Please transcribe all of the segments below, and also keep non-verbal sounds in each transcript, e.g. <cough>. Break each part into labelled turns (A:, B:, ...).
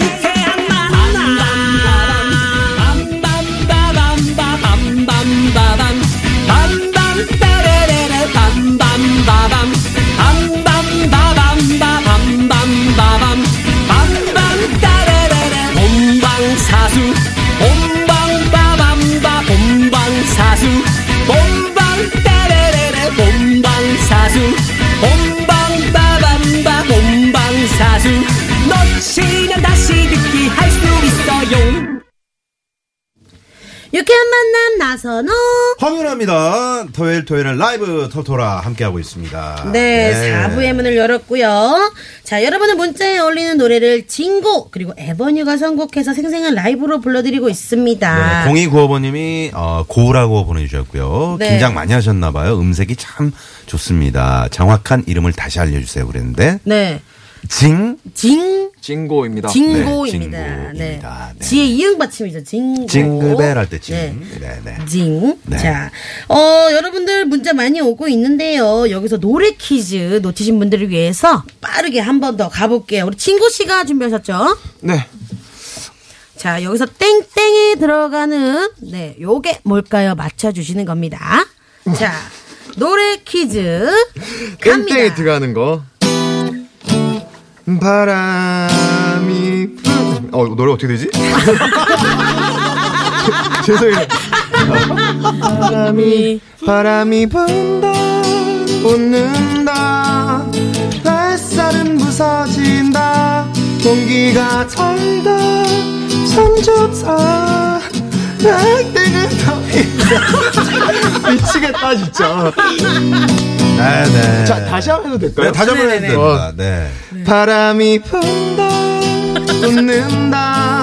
A: 유쾌한 만남 빰빰빠밤빠밤빠밤빠밤 빰빰따레레레 빰빰빠밤 빰빰빠밤빠밤빠밤 빰빰따레레레 본방사수 본방빠밤빠 본방사수 본방따레레레 본방사수 본방빠밤빠 본방사수 놓치면 다시 듣기 할 수 있어요
B: 유쾌한 만남 나선호.
C: 황윤아입니다. 토요일 토요일은 라이브 토토라 함께하고 있습니다.
B: 네, 4부의 문을 열었고요. 자, 여러분의 문자에 어울리는 노래를 진곡 그리고 에버뉴가 선곡해서 생생한 라이브로 불러드리고
C: 네,
B: 있습니다.
C: 0295번님이 고라고 보내주셨고요.
B: 아. 네.
C: 긴장 많이 하셨나봐요. 음색이 참 좋습니다. 정확한 이름을 다시 알려주세요. 그랬는데
B: 네,
C: 징
B: 진
D: 진고입니다.
B: 진고입니다.
C: 네,
B: 네,
C: 진고입니다. 네.
B: 지의 이응 받침이죠. 진고.
C: 징글벨 할 때 징.
B: 네.
C: 네. 네
B: 징.
C: 네.
B: 자, 어, 여러분들 문자 많이 오고 있는데요. 여기서 노래 퀴즈 놓치신 분들을 위해서 빠르게 한 번 더 가볼게요. 우리 진고 씨가 준비하셨죠?
D: 네.
B: 자, 여기서 땡땡이 들어가는, 네, 요게 뭘까요? 맞춰주시는 겁니다. 자, 노래 퀴즈. 갑니다.
D: 땡땡이 들어가는 거. 바람이 불- 어 노래 어떻게 되지? <laughs> 죄송해요. 바람이 바람이 분다 웃는다 햇살은 부서진다 공기가 찰다 손조차 땡땡은 더 <laughs> 미치겠다 진짜
C: 네. 네.
D: 자 다시 한번 해도 될까요?
C: 네, 다시 한번 해도 됩니다. 네.
D: 바람이 <laughs> 분다 웃는다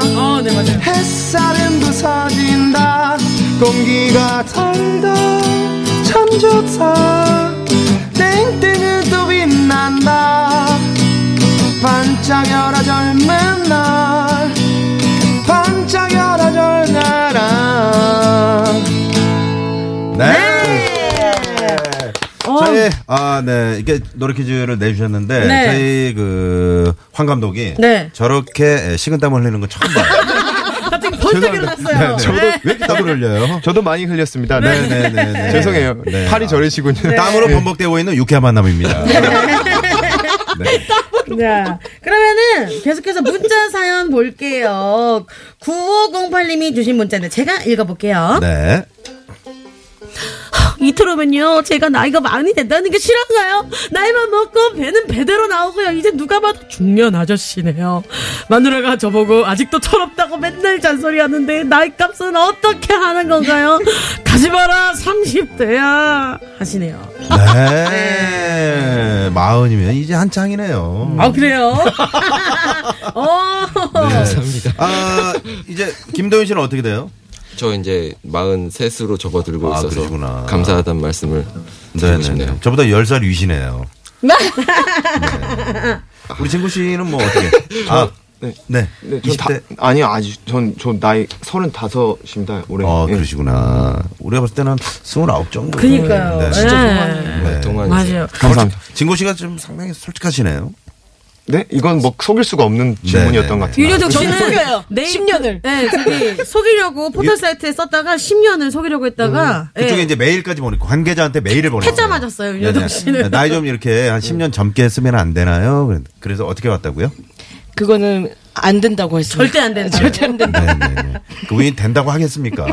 D: 햇살은 부서진다 공기가 찬다 참 좋다 땡땡은 또 빛난다 반짝여라 젊은 날 반짝여라 절나라
C: 네. 저희 아네 이렇게 노래 퀴즈를 내주셨는데
B: 어. 네.
C: 저희 그 황 감독이
B: 네.
C: 저렇게 식은땀 흘리는 건 처음 봐요.
B: <laughs>
C: 네,
B: 갑자기 번쩍 일어났어요. 네.
C: 저도 왜 이렇게 땀을 흘려요?
D: 저도 많이 흘렸습니다
C: 네, 네, 네,
D: <laughs>
C: 네.
D: 죄송해요
C: 네.
D: 팔이 저리시군요
C: 땀으로 번복되고 있는 유쾌한 만남입니다.
B: 네. 자, 그러면은 계속해서 문자 사연 볼게요. 9508님이 주신 문자인데 제가 읽어볼게요.
C: 네.
B: 이틀 후면요, 제가 나이가 많이 된다는 게 실한가요? 나이만 먹고 배는 배대로 나오고요. 이제 누가 봐도 중년 아저씨네요. 마누라가 저보고 아직도 철없다고 맨날 잔소리하는데 나이 값은 어떻게 하는 건가요? 가지 마라, 30대야. 하시네요.
C: 네. 마흔이면 이제 한창이네요. <laughs>
B: 아, 그래요? 어.
C: 감사합니다. 아, 이제 김도윤 씨는 어떻게 돼요?
E: 저 이제 43으로 접어들고
C: 아,
E: 있어서
C: 그러시구나.
E: 감사하다는 말씀을 드리고 싶네요.
C: 저보다 10살 위시네요. 네. 우리 친구 씨는 뭐 어떻게? 아,
D: 네.
C: 네.
D: 네, 전
C: 20대.
D: 다, 아니요, 아직 전, 전 나이 35입니다, 올해.
C: 어,
D: 예.
C: 그러시구나. 우리가 봤을 때는 29 정도.
B: 그니까요.
C: 네. 네.
E: 동안이세요.
B: 맞아요.
D: 감사합니다.
C: 진구 씨가 좀 상당히 솔직하시네요.
D: 네? 이건 뭐 속일 수가 없는
C: 네,
D: 질문이었던 것 같아요.
B: 유료적 씨는 속여요. 10년을. 네, <laughs> 저기 속이려고 포털 사이트에 썼다가 10년을 속이려고 했다가
C: 음, 그쪽에
B: 예.
C: 이제 메일까지 보내고 관계자한테 메일을 보내고.
B: 퇴짜 맞았어요, 윤여동 씨는.
C: 나이 좀 이렇게 한 10년 젊게 쓰면 안 되나요? 그래- 그래서 어떻게 왔다고요?
F: 그거는 안 된다고 했어요.
B: 절대 안 된다.
F: 절대 안 된다.
C: 네네. 그분이 된다고
B: <laughs>
C: 하겠습니까?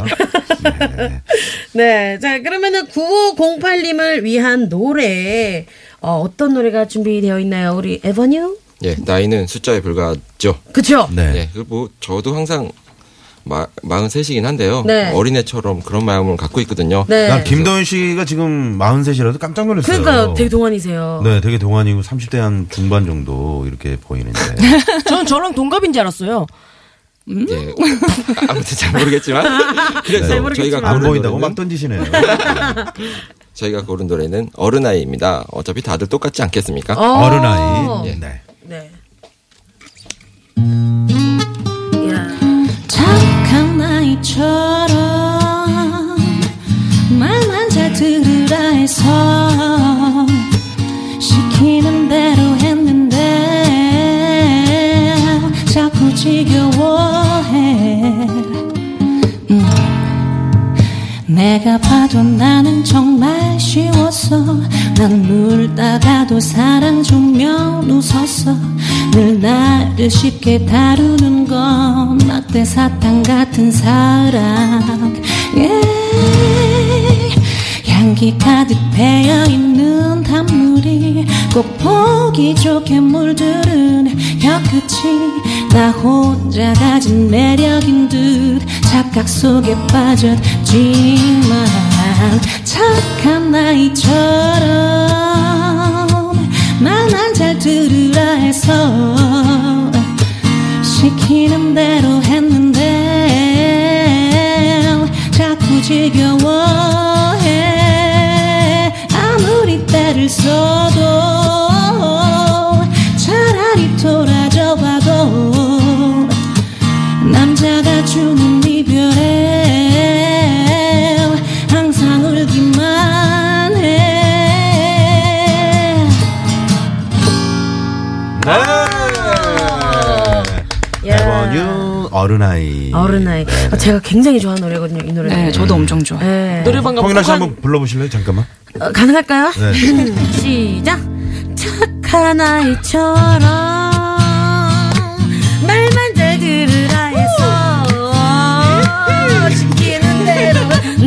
C: 네.
B: 네, 자 그러면은 9508님을 위한 노래 어, 어떤 노래가 준비되어 있나요, 우리 에버뉴?
E: 예, 나이는 숫자에 불과하죠.
B: 그쵸?
C: 네.
E: 예, 그리고 뭐 저도 항상 마, 43이긴 한데요.
B: 네.
E: 어린애처럼 그런 마음을 갖고 있거든요.
B: 네.
C: 난 김도현 씨가 지금 43이라도 깜짝 놀랐어요.
B: 그러니까 되게 동안이세요.
C: 네, 되게 동안이고 30대 한 중반 정도 이렇게 보이는데. 네.
B: <laughs>
F: 저는 저랑 동갑인 줄 알았어요.
E: 예, <laughs> 아무튼 잘 모르겠지만 그래서
B: 음? <laughs> 잘 모르겠지만.
E: 저희가
C: 안
E: 고른
C: 보인다고
E: 노래는
C: 막 던지시네요.
E: 저희가 고른 노래는 어른아이입니다. 어차피 다들 똑같지 않겠습니까?
C: 아, 어른 아이. 네.
B: 네.
G: 착한 나이처럼 말만 잘 들으라 해서 음. 내가 봐도 나는 정말 쉬웠어 난 울다가도 사랑 주며 웃었어 늘 나를 쉽게 다루는 건 막대 사탕 같은 사랑 yeah. 향기 가득 배어 있는 단물이 꼭 보기 좋게 물들은 혀끝이 나 혼자 가진 매력인 듯 착각 속에 빠졌지만 착한 나이처럼 나만 잘 들으라 해서 시키는 대로 했는데 자꾸 지겨워해 아무리 때를 써도 차라리 돌아져 봐도 남자가 주는 이별에 항상 울기만 해
C: 네. 에버뉴 어른아이.
B: 어른아이.
C: 네.
B: 아, 제가 굉장히 좋아하는 노래거든요, 이 노래.
H: 네, 저도 엄청 좋아.
B: 네.
F: 노래방 가면
C: 홍인아 씨
F: 북한-
C: 한번 불러보실래요? 잠깐만.
B: 어, 가능할까요?
C: 네.
B: <laughs> 시작.
G: 착한 아이처럼 말만 잘 들으라 해서 시키는 대로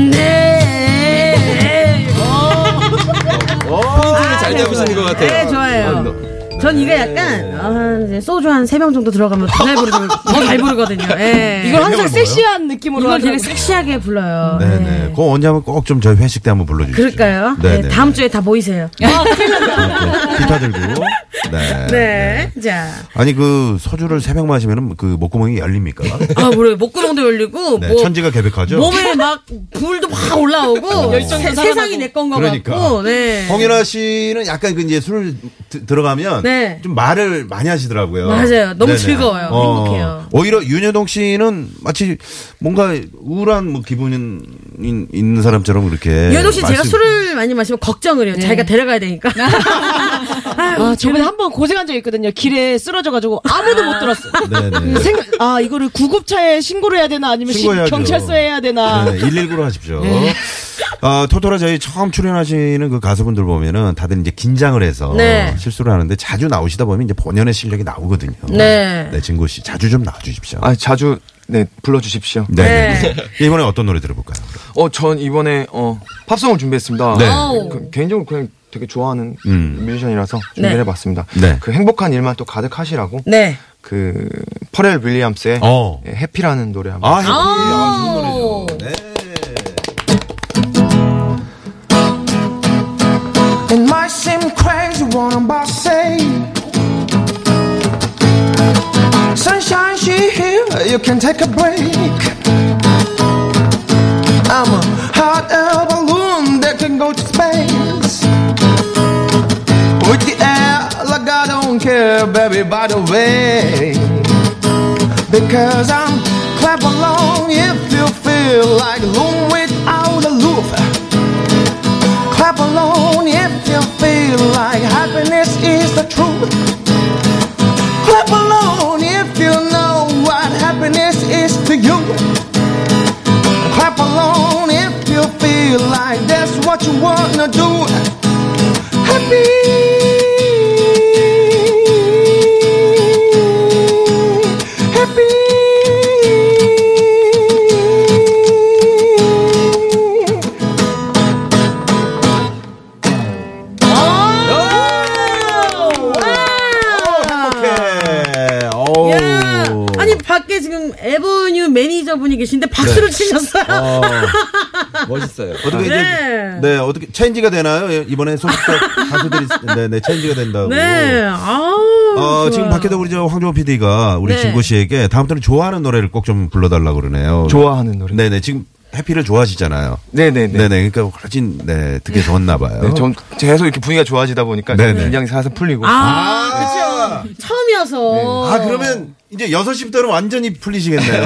B: 네.
E: 포인트를 잘 잡으시는 것 같아요.
B: 네, 좋아요.
E: 아, 너-
B: 전 이게 약간 아, 이제 소주 한 세 병 정도 들어가면 더잘 부르거든요. 더잘 부르거든요. 예.
F: 이걸 항상
C: 해먹어요?
F: 섹시한 느낌으로
B: 이걸 되게
F: 하더라고요.
B: 섹시하게 불러요.
C: 네네.
B: 예.
C: 그거 언제 한번 꼭 좀 저희 회식 때 한번 불러주시죠.
B: 그럴까요? 네,
C: 네네.
B: 다음 주에 다 모이세요.
C: 네, 기타 들고. 네. 네.
B: 네. 자.
C: 아니 그 소주를 세병 마시면은 그 목구멍이 열립니까?
B: 아, 모르요 목구멍도 열리고
C: 네,
B: 뭐
C: 천지가 개백하죠. 어.
B: 몸에 막 불도 막 올라오고 세, 세상이 내 건 거
C: 그러니까.
B: 같고. 네.
C: 홍윤아 씨는 약간 그 이제 술 드- 들어가면
B: 네.
C: 좀 말을 많이 하시더라고요. 어.
B: 맞아요. 너무 즐거워요. 행복해요.
C: 오히려 윤여동 씨는 마치 뭔가 우울한 뭐 기분이 있는 사람처럼 그렇게.
B: 유현욱 씨 제가
C: 말씀-
B: 술을 많이 마시면 걱정을 해요. 자기가 데려가야 되니까. <laughs>
F: 아, 저번에 한 번 고생한 적 있거든요. 길에 쓰러져가지고 아무도 못 들었어요. <laughs>
C: 네네.
B: <laughs>
C: 음,
F: 생, 아, 이거를 구급차에 신고를 해야 되나 아니면 시-
C: 신고해야죠.
F: 경찰서에 해야 되나.
C: 네, 119로 하십시오. 어, 토토라 저희 처음 출연하시는 그 가수분들 보면은 다들 이제 긴장을 해서
B: 네.
C: 실수를 하는데 자주 나오시다 보면 이제 본연의 실력이 나오거든요.
B: 네.
C: 진구 씨 자주 좀 나와주십시오.
D: 아 자주 네 불러주십시오.
C: 네. <laughs> 이번에 어떤 노래 들어볼까요?
D: 어 전 이번에 어 팝송을 준비했습니다.
C: 네.
D: 그, 개인적으로 그냥 되게 좋아하는
C: 음.
D: 뮤지션이라서
B: 네.
D: 준비해봤습니다.
C: 네.
D: 그 행복한 일만 또 가득하시라고
B: 네.
D: 그 퍼렐 윌리엄스의
C: 어.
D: 예, 해피라는 노래 한번.
C: 아, 아, 좋은 노래죠. 네.
I: It might seem crazy what I'm about to say. Sunshine, she here, you can take a break. I'm a hot air balloon that can go to space. With the air, like I don't care, baby, by the way. Because I'm clap along if you feel like alone without a loop. Clap along if you feel like happiness is the truth. Clap along if you know what happiness is to you. Clap along if you feel like that's what you wanna do. Happy. Happy.
C: 행복해. 아, 어우.
B: 아. 야, 아니 밖에 지금 에버뉴 매니저분이 계신데 박수를 치셨어요.
C: 어,
E: 멋있어요.
C: 어떻게 이제
B: 네.
C: 네. 어떻게 체인지가 되나요? 예, 이번에
B: <laughs>
C: 소속사 가수들이 네, 네 체인지가 된다고.
B: 네. 아우.
C: 어,
B: 좋아요.
C: 지금 밖에도 우리 저 황정호 PD가 우리
B: 네.
C: 진구 씨에게 다음 달에 좋아하는 노래를 꼭 좀 불러달라 고 그러네요.
D: 좋아하는 노래.
C: 네네 지금 해피를 좋아하시잖아요.
D: 네네네.
C: 네네 그러니까 훨씬 네 듣기 좋았나 봐요.
D: 네, 전 계속 이렇게 분위기가 좋아지다 보니까
C: 네네.
D: 긴장이 살살 풀리고.
B: 아, 그렇죠. 처음이어서.
C: 아 그러면 이제 6 시부터는 완전히 풀리시겠네요.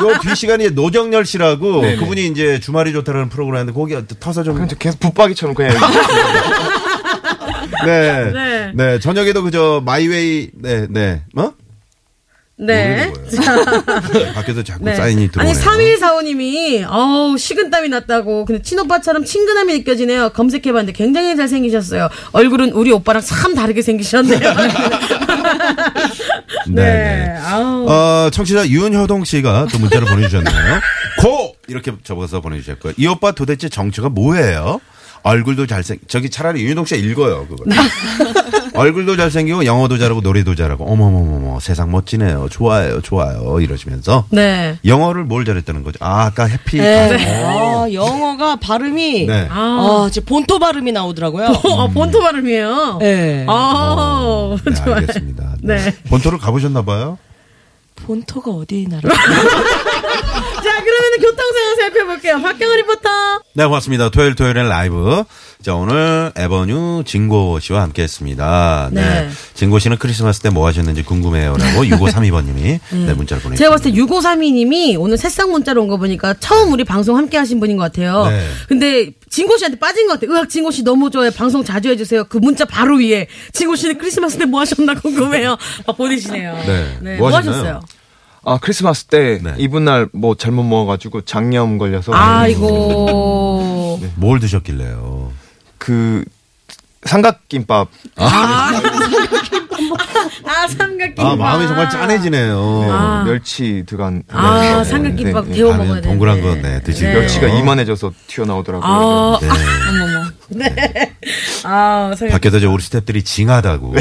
C: 요뒤 시간에 노정열 씨라고 그분이 이제 주말이 좋다라는 프로그램 하는데 거기 터서 좀
D: 그냥 저 계속 붙박이처럼 그냥
B: <laughs>
D: 이렇게
C: 네.
B: 네. <laughs>
C: 네. 저녁에도 그저 마이웨이 네, 네. 어?
B: 네.
C: 모르는
B: 자,
C: 네. 밖에서 자꾸
B: 네.
C: 사인이 들어오네요.
B: 아니 3145님이 어우 식은땀이 났다고 근데 친오빠처럼 친근함이 느껴지네요 검색해봤는데 굉장히 잘생기셨어요 얼굴은 우리 오빠랑 참 다르게 생기셨네요
C: <laughs> 네,
B: 네.
C: 네.
B: 아우
C: 어, 청취자 윤효동 씨가 또 문자를
B: <laughs>
C: 보내주셨네요. 고! 이렇게 적어서 보내주셨고요. 이 오빠 도대체 정체가 뭐예요? 얼굴도 잘생, 저기 차라리 윤효동 씨가 읽어요, 그걸.
B: <laughs>
C: 얼굴도 잘생기고 영어도 잘하고 노래도 잘하고 어머머머머 세상 멋지네요. 좋아요, 좋아요. 이러시면서.
B: 네
C: 영어를 뭘 잘했다는 거죠? 아, 아까 해피.
F: 아, 영어가 발음이
C: 네.
F: 아, 제 본토 발음이 나오더라고요.
B: 어, 어, 본토 발음이에요
A: 아,
F: 네.
B: 아우
C: 네,
B: 좋아요
C: 알겠습니다.
B: 네.
C: 본토를 가보셨나봐요?
F: 본토가 어디 나라?
B: 자 그러면 교통 상황 살펴볼게요 박경호 리포터
C: 네, 고맙습니다. 토요일 토요일엔 라이브. 자, 오늘 에버뉴 진고 씨와 함께 했습니다. 네.
B: 네.
C: 진고 씨는 크리스마스 때 뭐 하셨는지 궁금해요. 라고
B: <laughs>
C: 6532번님이 네, 문자를 보내주셨습니다.
B: 음. 제가 봤을 때 6532님이 오늘 새싹 문자로 온 거 보니까 처음 우리 방송 함께 하신 분인 것 같아요.
C: 네.
B: 근데 진고 씨한테 빠진 것 같아요. 으악, 진고 씨 너무 좋아요. 방송 자주 해주세요. 그 문자 바로 위에. 진고 씨는 크리스마스 때 뭐 하셨나 궁금해요. <laughs> 막 보내시네요.
C: 네.
B: 뭐,
C: 뭐
B: 하셨어요?
C: 하셨나요?
D: 아 크리스마스 때
C: 네.
D: 이분날 뭐 잘못 먹어가지고 장염 걸려서
B: 아, 아이고.
C: 뭘 드셨길래요?
D: 그 삼각김밥
B: 아, 삼각김밥.
C: 아, 마음이 정말 짠해지네요.
B: 아.
D: 멸치 들어간
B: 아,
D: 네, 네,
B: 삼각김밥
D: 네, 네.
B: 데워
C: 라면
B: 먹어야 돼.
C: 동그란 거, 네, 드시고요.
D: 멸치가 이만해져서 튀어나오더라고요.
B: 아,
C: 네.
B: 아, 삼각
C: 밖에서 저 우리 스탭들이 징하다고.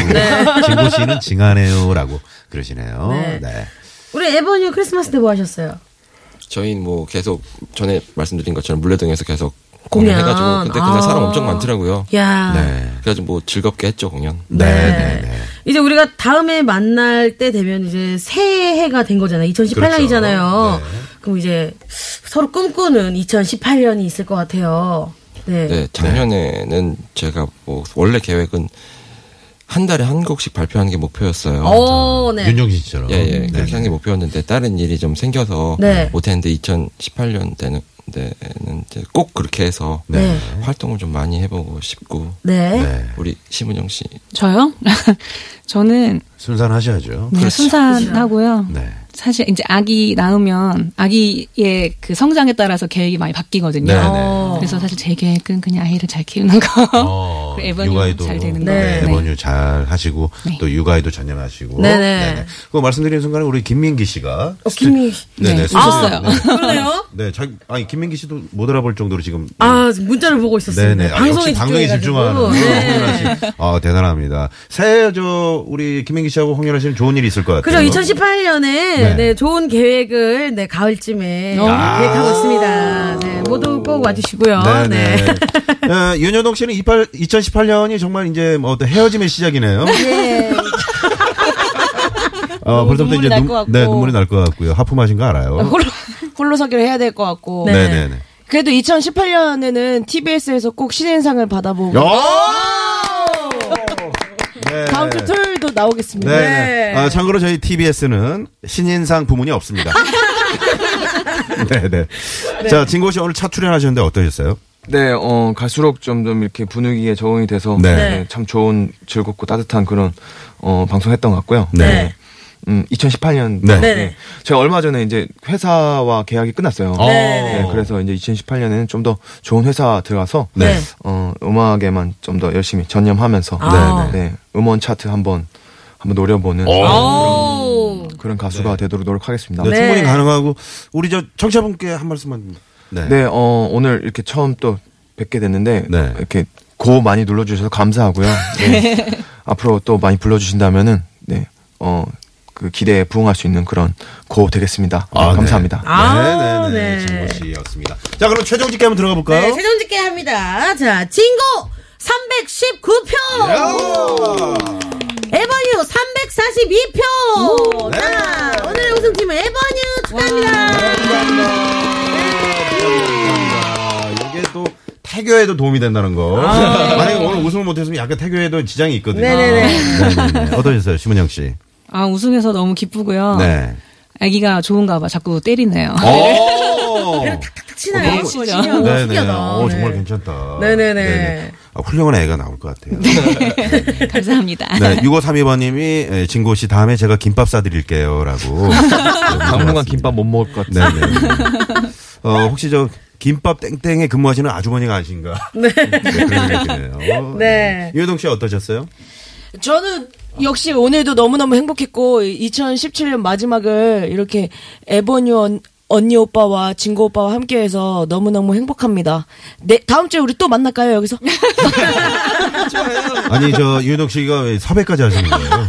C: <laughs> 진고 씨는 징하네요. 라고 그러시네요.
B: 네.
C: 네.
B: 우리 에버뉴 크리스마스 때 뭐 하셨어요?
E: 저희는 뭐 계속 전에 말씀드린 것처럼 물레동에서 계속
B: 공연.
E: 공연해가지고 근데 그날
B: 아.
E: 사람 엄청 많더라고요.
B: 야.
C: 네.
E: 그래가지고 뭐 즐겁게 했죠 공연.
C: 네. 네. 네.
B: 이제 우리가 다음에 만날 때 되면 이제 새해가 된 거잖아요. 2018년이잖아요.
C: 그렇죠.
B: 그럼 이제 서로 꿈꾸는 2018년이 있을 것 같아요. 네.
E: 네, 작년에는 제가 뭐 원래 계획은 한 달에 한 곡씩 발표하는 게 목표였어요.
B: 오, 네.
C: 윤종신 씨처럼.
E: 예, 예.
C: 네,
E: 그렇게 한 게 목표였는데 다른 일이 좀 생겨서
B: 네.
E: 못했는데 2018년 때는 때는 이제 꼭 그렇게 해서
B: 네.
E: 활동을 좀 많이 해보고 싶고
B: 네.
C: 네.
E: 우리 심은영 씨
H: 저요? <laughs> 저는
C: 순산하셔야죠.
H: 네, 순산하고요.
C: 그렇죠. 네.
H: 사실 이제 아기 낳으면 아기의 그 성장에 따라서 계획이 많이 바뀌거든요.
C: 네, 네.
B: 어.
H: 그래서 사실 제 계획은 그냥 아이를 잘 키우는 거.
C: 어,
H: 그리고 에버뉴
C: 육아에도
H: 잘 되는
B: 거. 네.
C: 네. 에버뉴 잘 하시고
H: 네.
C: 또 육아에도 전념하시고.
B: 네네.
C: 그거 말씀드리는 순간에 우리 김민기 씨가
B: 어, 김민기 씨. 아,
H: 네,
C: 스튜디오-
H: 웃었어요.
C: 네.
B: 그러네요.
C: 네, 자기 아니 김민기 씨도 못 알아볼 정도로 지금
B: 아, 지금 문자를 보고 있었어요.
C: 네네. 아,
B: 방송에
C: 역시 방송에
B: 집중해가지고.
C: 집중하는 어,
B: 네.
C: 홍윤아 씨. 아, 대단합니다. 새해 저 우리 김민기 씨하고 홍윤아 씨는 좋은 일이 있을 것 같아요.
B: 그죠. 2018년에 네.
C: 네. 아.
B: 좋은 계획을 네, 가을쯤에 계획하고 있습니다. 네, 모두 꼭 와주시고요.
C: 네네. 어, 윤여동 씨는 28, 2018년이 정말 이제 뭐 어떤 헤어짐의 시작이네요.
F: 예.
C: 어, 벌써부터
F: 눈물이
C: 이제
F: 날
C: 눈,
F: 것 같고. 어,
C: 네, 눈물이 날 것 같고요. 하품하신 거 알아요.
F: 홀로, 홀로서기를 해야 될 것 같고.
B: 네.
C: 네네
F: 그래도 2018년에는 TBS에서 꼭 신인상을 받아보고
C: 어, 네.
F: 다음 주 토요일도 나오겠습니다.
C: 네. 네. 아, 참고로 저희 TBS는 신인상 부문이 없습니다. 네네. 자, 진고 씨 오늘 차 출연하셨는데 어떠셨어요?
D: 네, 어, 갈수록 점점 이렇게 분위기에 적응이 돼서
C: 네.
D: 네, 참 좋은 즐겁고 따뜻한 그런 어, 방송했던 것 같고요.
C: 네.
D: 음, 2018년.
C: 네.
D: 제가 얼마 전에 이제 회사와 계약이 끝났어요.
C: 어.
D: 네, 그래서 이제 2018년에는 좀 더 좋은 회사 들어가서
C: 네.
D: 어, 음악에만 좀 더 열심히 전념하면서
B: 아.
D: 네, 네, 음원 차트 한번 한번 노려보는
B: 오.
D: 그런 가수가 되도록 노력하겠습니다.
C: 어. 네,
B: 네.
C: 충분히 가능하고 우리 저 청취자분께 한 말씀만. 네.
D: 네, 어, 오늘 이렇게 처음 또 뵙게 됐는데
C: 네.
D: 이렇게 고 많이 눌러주셔서 감사하고요. 네. <laughs> 앞으로 또 많이 불러주신다면은 네, 어, 그 기대에 부응할 수 있는 그런 고 되겠습니다. 네,
C: 네.
D: 감사합니다.
B: 아,
C: 네네네.
B: 네.
C: 진고 씨였습니다. 자, 그럼 최종 집계 한번 들어가 볼까요?
B: 네, 세정짓게 합니다. 자, 진고 319표! 에버뉴 342표! 자,
C: 네.
B: 오늘의 우승팀은 에버뉴 축하합니다!
C: 이게 아, 또 태교에도 도움이 된다는 거. 만약에 오늘 우승을 못했으면 약간 태교에도 지장이 있거든요.
B: 아, 네. 네네네.
C: 네네네. 어떠셨어요, 심은영 씨?
H: <laughs> 아, 우승해서 너무
B: 어.
H: 기쁘고요.
C: 네.
H: 아기가 좋은가 봐. 자꾸 때리네요. <laughs>
C: 오! 어.
B: 탁 치나요?
H: 너무 신기하다.
B: 신기하다.
C: 오, 네, 어, 정말
B: 네.
C: 괜찮다.
B: 네네네.
C: 아, 훌륭한 애가 나올 것 같아요.
H: 감사합니다.
C: 네, 6532번님이 예, 진고 씨 다음에 제가 김밥 사드릴게요라고.
B: <laughs>
D: 당분간 김밥 못 먹을 것
C: 네,
D: 같아요.
C: 네. 어, 혹시 저 김밥 땡땡에 근무하시는 아주머니가 아신가? 네. 그런 생각이 드네요.
B: 네.
C: 유효동 씨 어떠셨어요?
F: 저는 역시 오늘도 너무너무 행복했고 2017년 마지막을 이렇게 에버뉴 언, 언니 오빠와 진고 오빠와 함께해서 너무너무 행복합니다. 네, 다음 주에 우리 또 만날까요 여기서?
C: 아니 저 유효동 씨가 왜 섭외까지 하시는 거예요?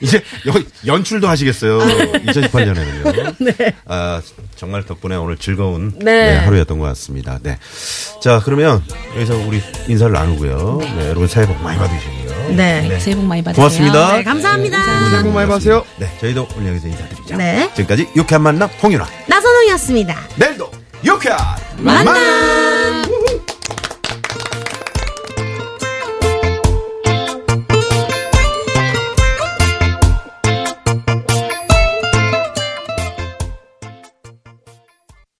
C: 이제 여기 연출도 하시겠어요. 2018년에는요. 네. 아 정말 덕분에 오늘 즐거운
B: 네.
C: 네, 하루였던 것 같습니다. 네. 자 그러면 여기서 우리 인사를 나누고요. 네, 여러분 새해 복 많이 받으시고요.
B: 네.
H: 새해 복 많이 받으세요.
C: 고맙습니다.
B: 네, 감사합니다.
C: 새해 복
D: 많이 받으세요.
C: 네, 저희도 오늘 여기서 인사드리죠.
B: 네.
C: 지금까지 유쾌한 만남 홍윤아.
B: 나선홍이었습니다.
C: 내일도 유쾌한 만남!